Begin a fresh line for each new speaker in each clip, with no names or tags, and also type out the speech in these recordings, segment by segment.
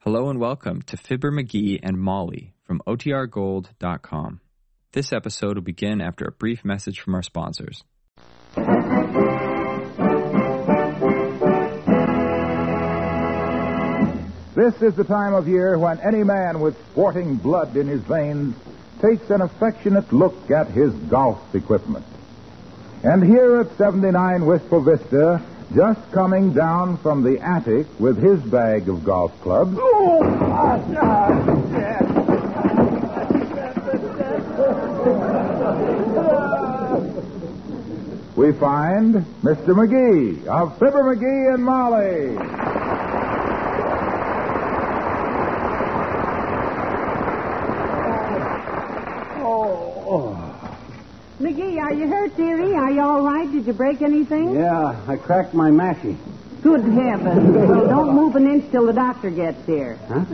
Hello and welcome to Fibber McGee and Molly from OTRGold.com. This episode will begin after a brief message from our sponsors.
This is the time of year when any man with sporting blood in his veins takes an affectionate look at his golf equipment. And here at 79 Wistful Vista, just coming down from the attic with his bag of golf clubs, we find Mr. McGee of Fibber McGee and Molly.
McGee, are you hurt, dearie? Are you all right? Did you break anything?
Yeah, I cracked my mashie.
Good heavens. well, don't move an inch till the doctor gets here.
Huh?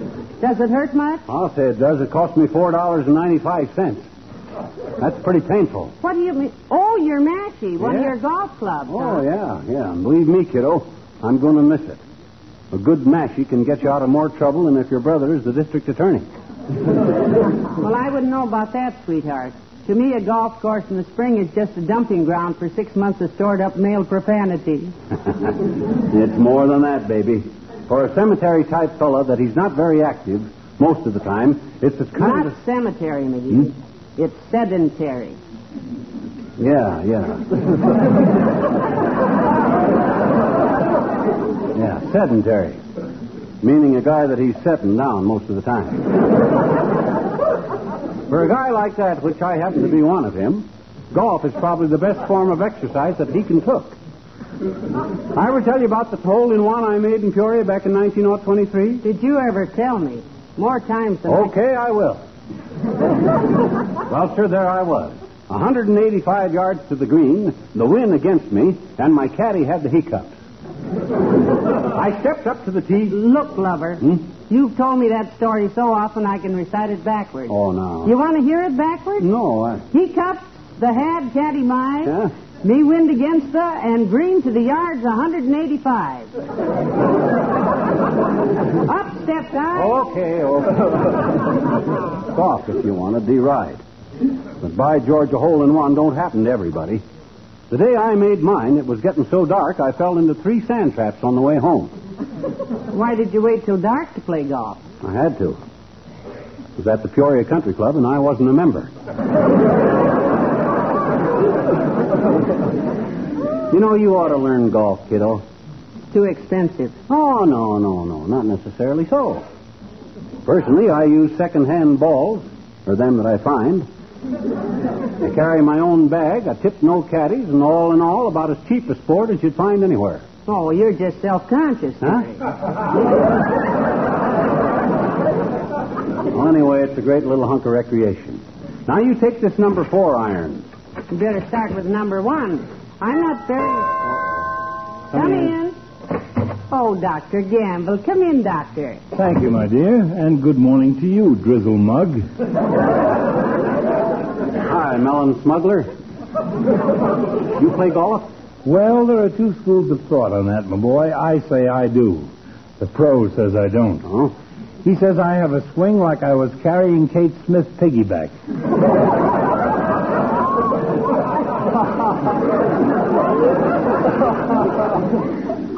Does it hurt much?
I'll say it does. It cost me four dollars and ninety-five cents. That's pretty painful.
What do you mean? Oh, your mashie, one of
Yeah.
your golf clubs.
Oh yeah, yeah. And believe me, kiddo, I'm going to miss it. A good mashie can get you out of more trouble than if your brother is the district attorney.
Well, I wouldn't know about that, sweetheart. To me, a golf course in the spring is just a dumping ground for six months of stored up male profanity.
it's more than that, baby. For a cemetery type fella that he's not very active most of the time, it's the kind
Not
of Hmm?
cemetery, McGee. It's sedentary.
Yeah, yeah. yeah, sedentary. Meaning a guy that he's setting down most of the time. For a guy like that, which I happen to be one of him, golf is probably the best form of exercise that he can took. I ever tell you about the hole in one I made in Peoria back in oh 1923?
Did you ever tell me? More times than I
Okay, I will. well, sir, there I was. 185 yards to the green, the wind against me, and my caddy had the hiccups. I stepped up to the tee.
Look, lover,
Hmm?
you've told me that story so often I can recite it backwards.
Oh, no.
You want to hear it backwards?
No, I...
He cups, the had, caddy mine,
Huh?
me wind against the, and green to the yards 185. Up stepped I.
Oh. Okay, okay. Soft if you want to be right. But by George, a hole in one don't happen to everybody. The day I made mine, it was getting so dark I fell into three sand traps on the way home.
Why did you wait till dark to play golf?
I had to. It was at the Peoria Country Club, and I wasn't a member. you know, you ought to learn golf, kiddo.
Too expensive.
Oh, no, no, no, not necessarily so. Personally, I use second-hand balls, or them that I find. I carry my own bag, I tip no caddies, and all in all, about as cheap a sport as you'd find anywhere.
Oh, well, you're just self-conscious.
Huh? well, anyway, it's a great little hunk of recreation. Now you take this number four iron.
You better start with number one. I'm not very... Come,
Come
in.
in.
Oh, Dr. Gamble, come in, Doctor.
Thank you, my dear, and good morning to you, Drizzle Mug.
Hi, melon smuggler. You play golf?
Well, there are two schools of thought on that, my boy. I say I do. The pro says I don't.
Oh.
He says I have a swing like I was carrying Kate Smith piggyback.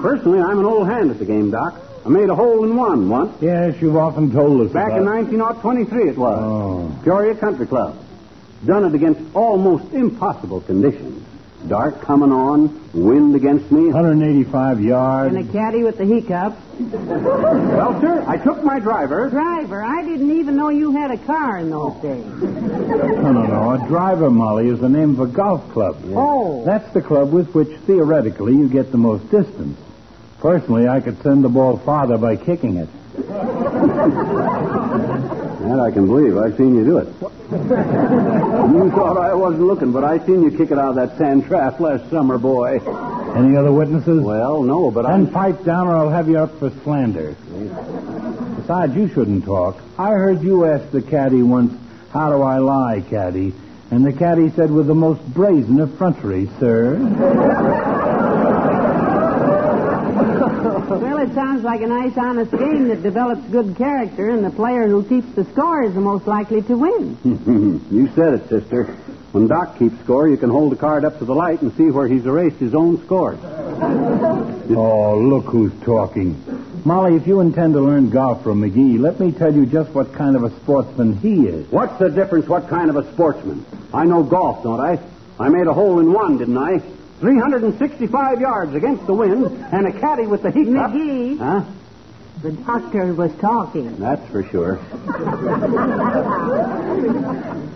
Personally, I'm an old hand at the game, Doc. I made a hole in one once.
Yes, you've often told us
Back
about
in 1923 it was.
Oh.
Peoria Country Club. Done it against almost impossible conditions. Dark coming on, wind against me,
185 yards.
And a caddy with the hiccups.
Well, sir, I took my driver.
Driver, I didn't even know you had a car in those days.
No, no, no. A driver, Molly, is the name of a golf club.
Oh.
That's the club with which, theoretically, you get the most distance. Personally, I could send the ball farther by kicking it.
That I can believe. I've seen you do it. you thought I wasn't looking, but I seen you kick it out of that sand trap last summer, boy.
Any other witnesses?
Well, no, but
Then
I'm.
pipe down, or I'll have you up for slander. Besides, you shouldn't talk. I heard you ask the caddy once, How do I lie, caddy? And the caddy said with the most brazen effrontery, Sir.
Well, it sounds like a nice, honest game that develops good character, and the player who keeps the score is the most likely to win.
you said it, sister. When Doc keeps score, you can hold the card up to the light and see where he's erased his own scores.
Oh, look who's talking. Molly, if you intend to learn golf from McGee, let me tell you just what kind of a sportsman he is.
What's the difference what kind of a sportsman? I know golf, don't I? I made a hole in one, didn't I? 365 yards against the wind, and a caddy with the heat up.
McGee.
Huh?
The doctor was talking.
That's for sure.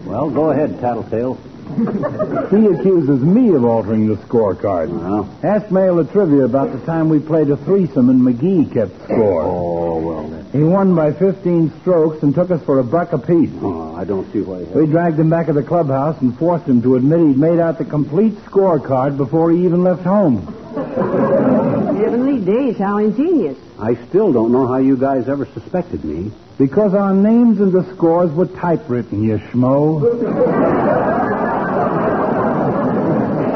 well, go ahead, Tattletale.
He accuses me of altering the scorecard.
Well,
Ask Mail a trivia about the time we played a threesome and McGee kept score.
oh, well, then.
He won by 15 strokes and took us for a buck apiece.
Oh, I don't see why. he
We
has-
dragged him back to the clubhouse and forced him to admit he'd made out the complete scorecard before he even left home.
Heavenly days, how ingenious.
I still don't know how you guys ever suspected me.
Because our names and the scores were typewritten, you schmo.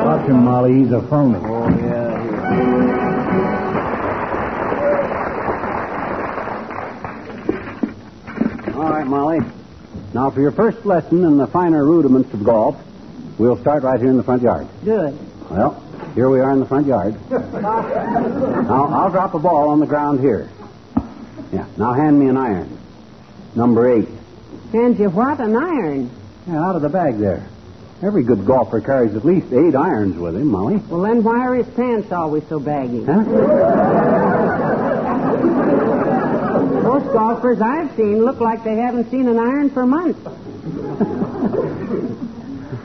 Watch him, Molly. He's a phony.
Oh, yeah. All right, Molly. Now, for your first lesson in the finer rudiments of golf, we'll start right here in the front yard.
Good.
Well, here we are in the front yard. now, I'll drop a ball on the ground here. Yeah, now hand me an iron. Number eight.
Hand you what? An iron.
Yeah, out of the bag there. Every good golfer carries at least eight irons with him, Molly.
Well, then why are his pants always so baggy?
Huh?
Most golfers I've seen look like they haven't seen an iron for months.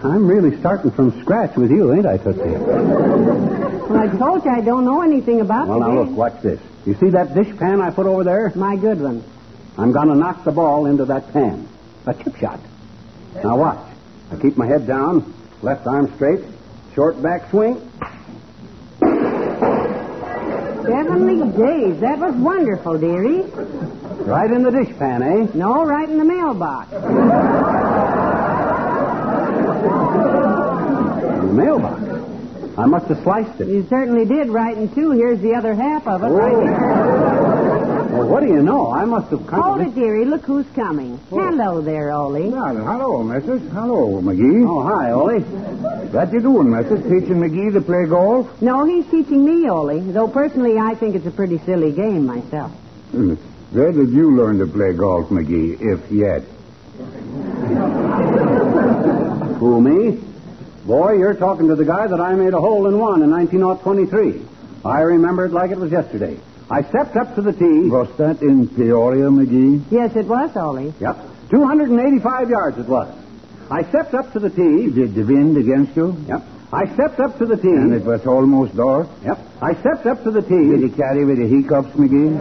I'm really starting from scratch with you, ain't I, Tootsie?
Well, I told you I don't know anything about
Well,
the
now
game.
look, watch this. You see that dish pan I put over there?
My good one.
I'm going to knock the ball into that pan. A chip shot. Now watch. I keep my head down, left arm straight, short back swing.
Heavenly days, that was wonderful, dearie.
Right in the dish pan, eh?
No, right in the mailbox.
In the mailbox. I must have sliced it.
You certainly did right in two. Here's the other half of it
Oh.
right here.
Well, what do you know? I must have
Hold
kind
it, dearie. Look who's coming.
Oh.
Hello there, Ollie.
Hello, Messrs. Hello, McGee.
Oh, hi, Ollie.
What you doing, Messrs? Teaching McGee to play golf?
No, he's teaching me, Ollie. Though personally, I think it's a pretty silly game myself.
Hmm.
Where did you learn to play golf, McGee, if yet?
Who, me? Boy, you're talking to the guy that I made a hole in one in 1923. I remember it like it was yesterday. I stepped up to the tee.
Was that in Peoria, McGee?
Yes, it was, Ollie.
Yep. 285 yards it was. I stepped up to the tee.
Did the wind against you?
Yep. I stepped up to the tee.
And it was almost dark?
Yep. I stepped up to the
Did
tee.
he carry with the hiccups, McGee?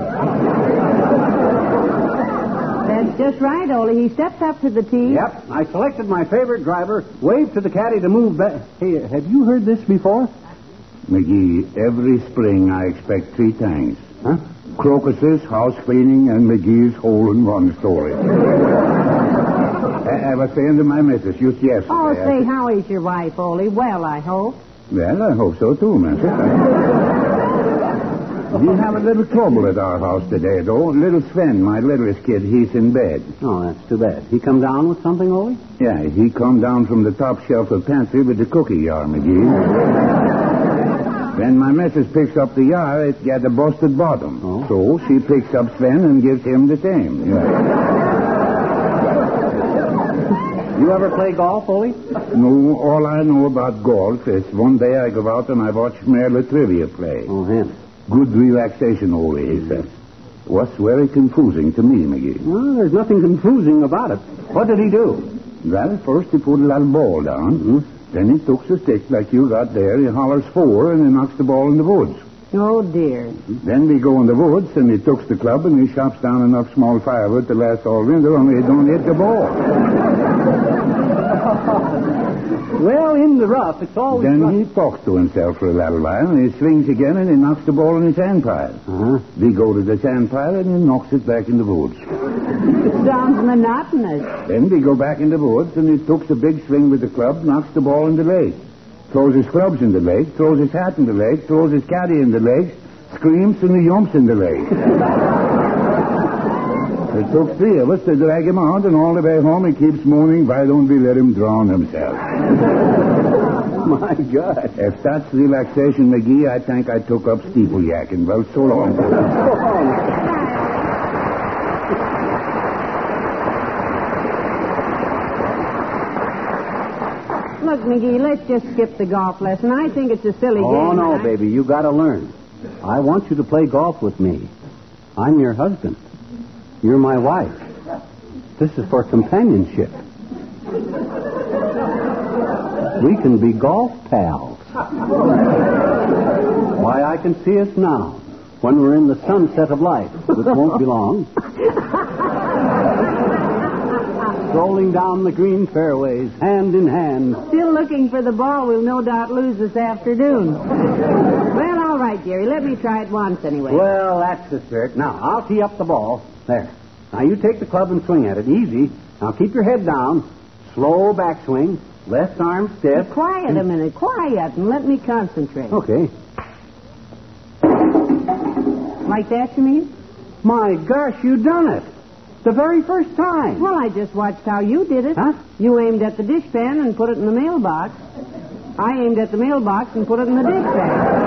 That's just right, Ollie. He stepped up to the tee.
Yep. I selected my favorite driver, waved to the caddy to move back. Hey, have you heard this before?
McGee, every spring I expect three things.
Huh?
Crocuses, house cleaning, and McGee's hole-in-one story. I, I was saying to my missus just yesterday...
Oh,
I
say,
said-
how is your wife, Ollie? Well, I hope.
Well, I hope so, too, missus. we have a little trouble at our house today, though. Little Sven, my littlest kid, he's in bed.
Oh, that's too bad. He come down with something, Ollie?
Yeah, he come down from the top shelf of pantry with the cookie jar, McGee. then my missus picks up the jar, it got a busted bottom.
Oh.
So she picks up Sven and gives him the same.
You ever play golf, Ollie?
No, all I know about golf is one day I go out and I watch Merle Trivia play.
Oh, him.
Good relaxation, Ole, he says. Was very confusing to me, McGee.
Well, there's nothing confusing about it. What did he do?
Well, first he put a little ball down. Then he takes a stick like you got there, he hollers four, and he knocks the ball in the woods.
Oh, dear.
Then we go in the woods, and he takes the club and he chops down enough small firewood to last all winter, only he don't hit the ball.
Well, in the rough, it's always
Then he talks to himself for a little while, and he swings again, and he knocks the ball in his sand pile.
Uh-huh.
We go to the sand pile, and he knocks it back in the woods.
Sounds monotonous.
Then we go back in the woods, and he takes a big swing with the club, knocks the ball in the lake. Throws his clubs in the lake, throws his hat in the lake, throws his caddy in the lake, screams and the yumps in the leg. it took three of us to drag him out, and all the way home he keeps moaning, why don't we let him drown himself?
My God.
If that's relaxation, McGee, I think I took up steepleyacking. Well, so long.
Oh,
Look, McGee, let's just skip the golf lesson. I think it's a silly
Oh,
game.
no,
and I-
baby. You got to learn. I want you to play golf with me. I'm your husband. You're my wife. This is for companionship. We can be golf pals. Why, I can see us now when we're in the sunset of life, which won't be long. Rolling down the green fairways, hand in hand.
Still looking for the ball we'll no doubt lose this afternoon. well, all right, dearie. Let me try it once anyway.
Well, that's the spirit. Now, I'll tee up the ball. There. Now, you take the club and swing at it. Easy. Now, keep your head down. Slow backswing. Left arm stiff.
Quiet a minute. Quiet and let me concentrate.
Okay.
Like that, you mean?
My gosh, you done it. The very first time.
Well, I just watched how you did it.
Huh?
You aimed at the dishpan and put it in the mailbox. I aimed at the mailbox and put it in the dishpan.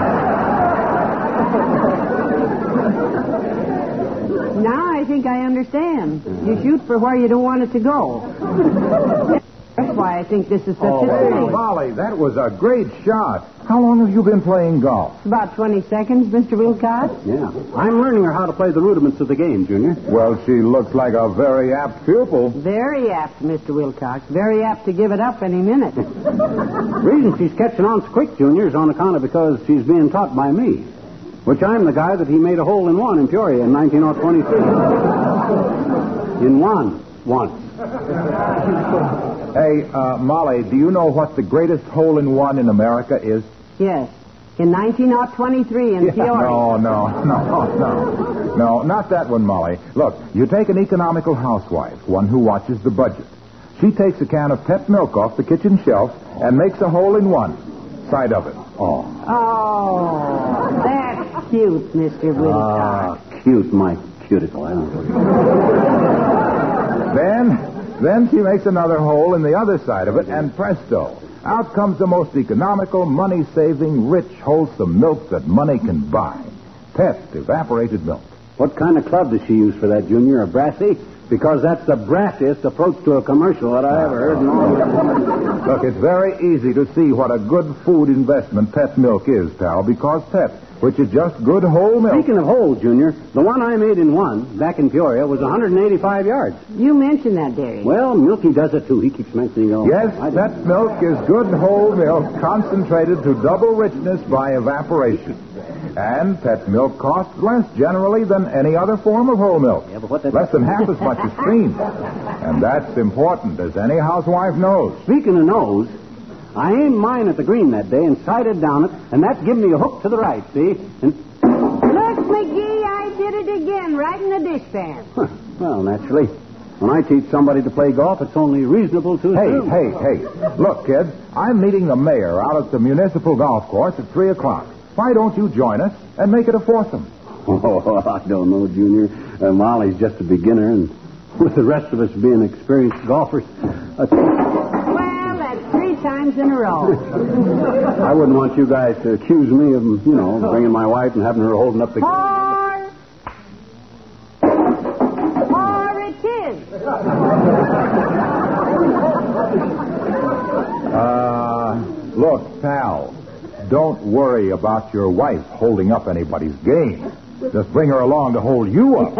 now I think I understand. You shoot for where you don't want it to go. That's why I think this is such
Oh,
a
hey,
thing.
Molly, that was a great shot. How long have you been playing golf?
It's about 20 seconds, Mr. Wilcox.
Yeah. I'm learning her how to play the rudiments of the game, Junior.
Well, she looks like a very apt pupil.
Very apt, Mr. Wilcox. Very apt to give it up any minute.
The reason she's catching on so quick, Junior, is on account of because she's being taught by me. Which I'm the guy that he made a hole in one in Peoria in 1923. in one. Once.
Hey, uh, Molly, do you know what the greatest hole in one in America is?
yes. In 1923 in Peoria.
No, no, no, no. No, not that one, Molly. Look, you take an economical housewife, one who watches the budget. She takes a can of pet milk off the kitchen shelf and makes a hole in one side of it.
Oh.
Oh, that's cute, Mr. Wilcox.
Ah, cute, my cuticle. I don't know.
Then, then she makes another hole in the other side of it, and presto, out comes the most economical, money-saving, rich, wholesome milk that money can buy. Pet evaporated milk.
What kind of club does she use for that, Junior? A brassy? Because that's the brassiest approach to a commercial that I ever heard. in all my life.
Look, it's very easy to see what a good food investment pet milk is, pal, because pet, which is just good whole milk.
Speaking of holes, Junior, the one I made in one back in Peoria was 185 yards.
You mentioned that, dearie.
Well, Milky does it too. He keeps mentioning it. all the
Yes,
time. I don't-
that milk is good whole milk concentrated to double richness by evaporation. And pet milk costs less generally than any other form of whole milk.
Yeah, but what that-
Less than half as much as cream. And that's important, as any housewife knows.
Speaking of nose, I aimed mine at the green that day and sighted down it, and that give me a hook to the right, see? And,
Look, McGee, I did it again, right in the dishpan.
huh, well, naturally, when I teach somebody to play golf, it's only reasonable to
Hey,
assume-
hey, hey. Look, kids, I'm meeting the mayor out at the municipal golf course at 3 o'clock. Why don't you join us and make it a foursome?
Oh, I don't know, Junior. Uh, Molly's just a beginner, and with the rest of us being experienced golfers, uh,
Well, that's three times in a row.
I wouldn't want you guys to accuse me of, you know, bringing my wife and having her holding up the.
Four. Four it is.
Uh, look, pal, don't worry about your wife holding up anybody's game. Just bring her along to hold you up.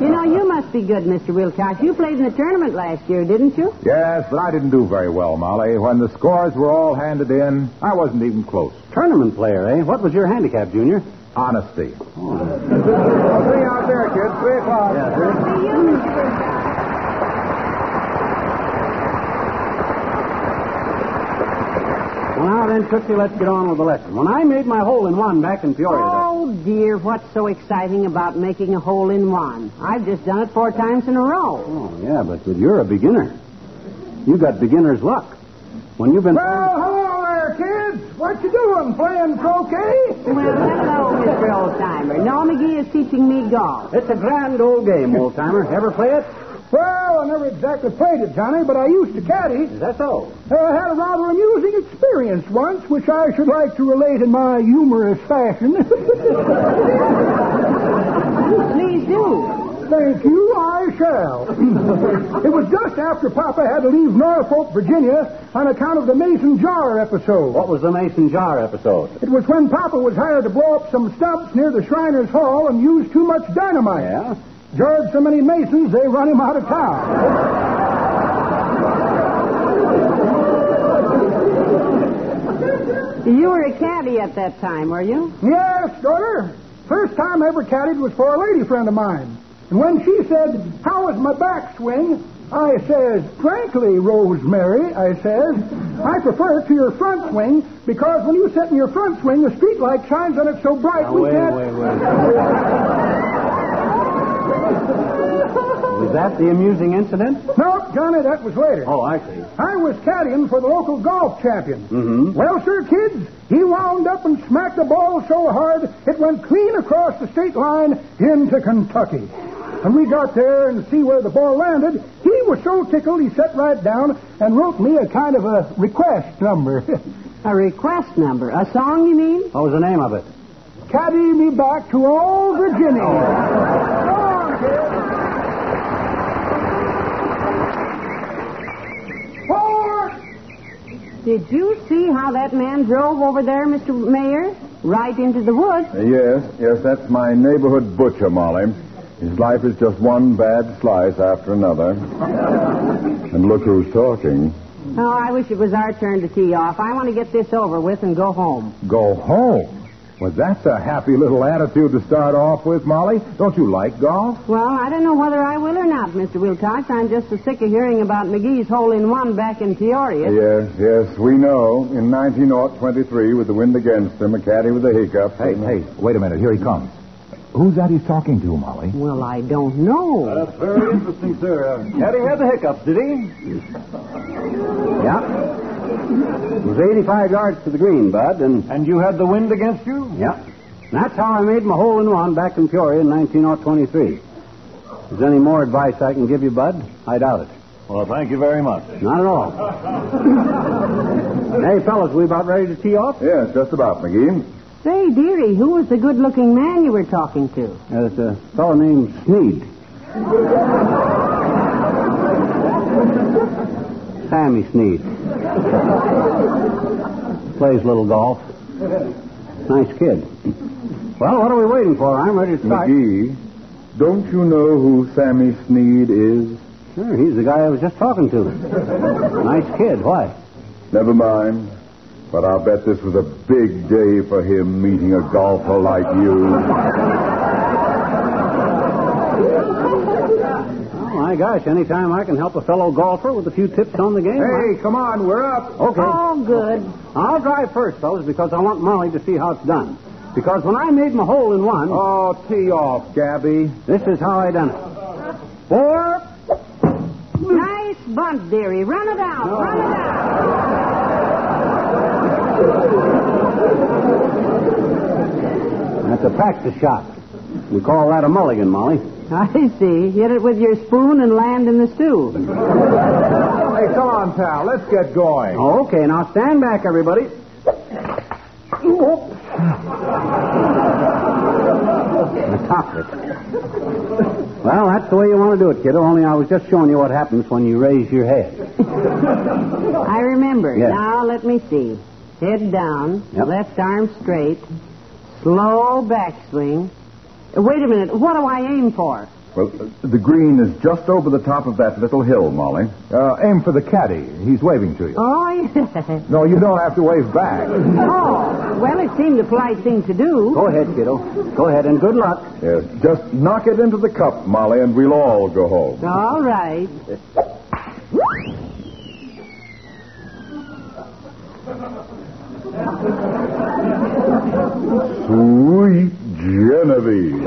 You know, you must be good, Mr. Wilcox. You played in the tournament last year, didn't you?
yes, but I didn't do very well, Molly. When the scores were all handed in, I wasn't even close.
Tournament player, eh? What was your handicap, Junior? Oh.
Honesty. Well, see you out there, kids. Three o'clock.
Well, now then, Tootsie, let's get on with the lesson. When I made my hole in one back in Peoria.
Oh, dear, what's so exciting about making a hole in one? I've just done it four times in a row.
Oh, yeah, but, but you're a beginner. You got beginner's luck. When you've been.
Well, hello there, kids.
What you doing? Playing croquet?
Well, hello, Mr. Oldtimer. No, McGee is teaching me golf.
It's a grand old game, old timer. Ever play it?
Well, I never exactly played it, Johnny, but I used to caddy.
Is that so?
Uh, I had a rather amusing experience once, which I should like to relate in my humorous fashion.
Please do.
Thank you, I shall. it was just after Papa had to leave Norfolk, Virginia, on account of the Mason Jar episode.
What was the mason jar episode?
It was when Papa was hired to blow up some stumps near the Shriners Hall and used too much dynamite.
Yeah?
Jarred so many Masons, they run him out of town.
You were a caddy at that time, were you?
Yes, daughter. First time I ever caddied was for a lady friend of mine. And when she said, How is my backswing? I says, Frankly, Rosemary, I says, I prefer it to your front swing because when you sit in your front swing, the streetlight shines on it so bright
Now,
we
wait,
can't.
wait, wait. was that the amusing incident?
No, Johnny, that was later.
Oh, I see.
I was caddying for the local golf champion.
Mm-hmm.
Well, sir, kids, he wound up and smacked the ball so hard it went clean across the state line into Kentucky. And we got there and see where the ball landed. He was so tickled he sat right down and wrote me a kind of a request number.
A request number. A song, you mean?
What was the name of it?
Caddy me back to old Virginia. Come on, kids. Forward!
Did you see how that man drove over there, Mr. Mayor? Right into the woods.
Yes, yes, that's my neighborhood butcher, Molly. His life is just one bad slice after another. and look who's talking.
Oh, I wish it was our turn to tee off. I want to get this over with and go home.
Go home. Well, that's a happy little attitude to start off with, Molly. Don't you like golf?
Well, I don't know whether I will or not, Mr. Wilcox. I'm just as sick of hearing about McGee's hole-in-one back in Peoria.
Yes, yes, we know. In 1923, with the wind against him, a caddy with a hiccup.
Hey, hey, wait a minute. Here he comes. Who's that he's talking to, Molly?
Well, I don't know.
That's very interesting, sir. Caddy had the hiccups, did he? Yeah. It was 85 yards to the green, Bud, and...
And you had the wind against you?
Yeah. That's how I made my hole-in-one back in Peoria in 1923. Is there any more advice I can give you, Bud? I doubt it.
Well, thank you very much.
Not at all. hey, fellas, we about ready to tee off?
Yes, just about, McGee.
Say, dearie, who was the good-looking man you were talking to?
Uh, it's a fellow named Sneed. Sammy Sneed. Plays little golf. Nice kid. Well, what are we waiting for? I'm ready to start.
McGee, don't you know who Sammy Sneed is?
Sure, he's the guy I was just talking to. nice kid. Why?
Never mind. But I'll bet this was a big day for him meeting a golfer like you.
Oh, my gosh, anytime I can help a fellow golfer with a few tips on the game. I-
Hey, come on, we're up.
Okay.
Oh, good.
I'll drive first, fellas, because I want Molly to see how it's done. Because when I made my hole in one,
Oh, tee off, Gabby.
this is how I done it. Four.
Nice bunt, dearie. Run it out. Run it out.
That's a practice shot. We call that a mulligan, Molly.
I see. Hit it with your spoon and land in the stew.
Hey, come on, pal. Let's get going.
Okay, now stand back, everybody. I topped it. Well, that's the way you want to do it, kiddo. Only I was just showing you what happens when you raise your head.
I remember.
Yes.
Now, let me see. Head down,
Yep.
left arm straight, slow backswing. Uh, Wait a minute. What do I aim for?
Well, the green is just over the top of that little hill, Molly.
Uh, aim for the caddy. He's waving to you.
Oh, yeah.
No, you don't have to wave back.
Oh, well, it seemed a polite thing to do.
Go ahead, kiddo. Go ahead, and good luck.
Yes, just knock it into the cup, Molly, and we'll all go home.
All right.
Sweet Genevieve.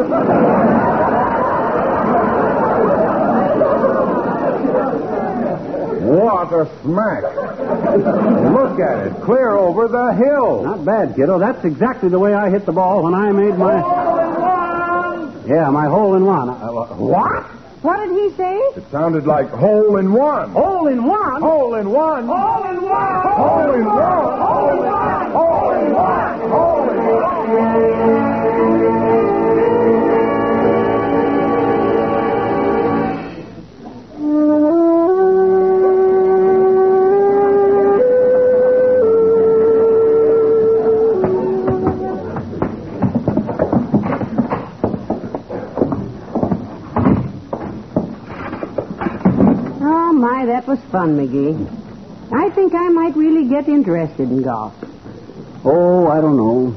What
lot of smack. Look at it, clear over the hill.
Not bad, kiddo. That's exactly the way I hit the ball when I made my. Yeah, my hole in one. Uh, uh, what?
What did he say?
It sounded like hole in one.
Hole in one?
Oh.
Hole in one. Hole in one. Hole in one. Hole in one. Hole in one. Hole in one.
Oh, Oh, my, that was fun, McGee. I think I might really get interested in golf.
Oh, I don't know.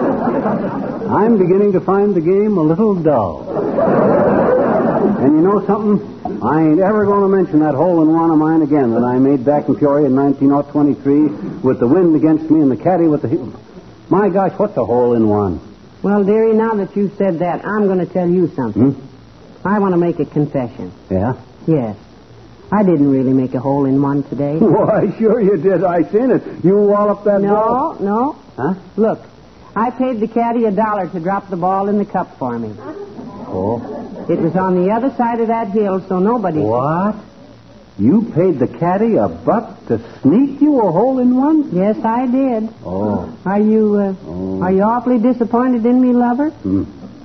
I'm beginning to find the game a little dull. And you know something? I ain't ever going to mention that hole in one of mine again that I made back in Peoria in 1923 with the wind against me and the caddy with the. heel. My gosh, what's a hole in one?
Well, dearie, now that you've said that, I'm going to tell you something. I want to make a confession.
Hmm? Yeah?
Yes. I didn't really make a hole in one today.
Why, sure you did. I seen it. You walloped that
No, no.
Huh?
Look, I paid the caddy a dollar to drop the ball in the cup for me.
Oh.
It was on the other side of that hill, so nobody.
What? You paid the caddy a buck to sneak you a hole in one?
Yes, I did.
Oh.
Are you, uh,
Oh.
are you awfully disappointed in me, lover?
Hmm.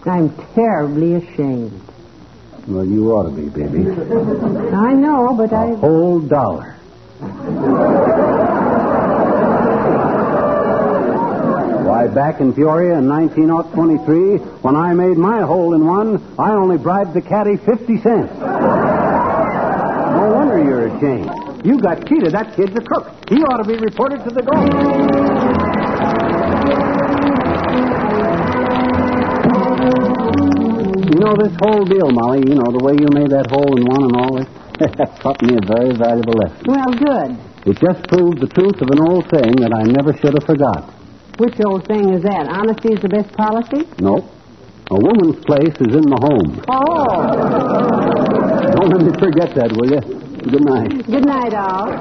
I'm terribly ashamed.
Well, you ought to be, baby.
I know, but
A
I.
whole dollar. Why, back in Peoria in 1923, when I made my hole in one, I only bribed the caddy 50 cents. No wonder you're ashamed. You got cheated. That kid's a crook. He ought to be reported to the golf. You know this whole deal, Molly. You know the way you made that hole in one and all this. That taught me a very valuable lesson.
Well, good.
It just proved the truth of an old saying that I never should have forgot.
Which old thing is that? Honesty is the best policy?
Nope. A woman's place is in the home.
Oh.
Don't let me forget that, will you? Good night.
Good night, all.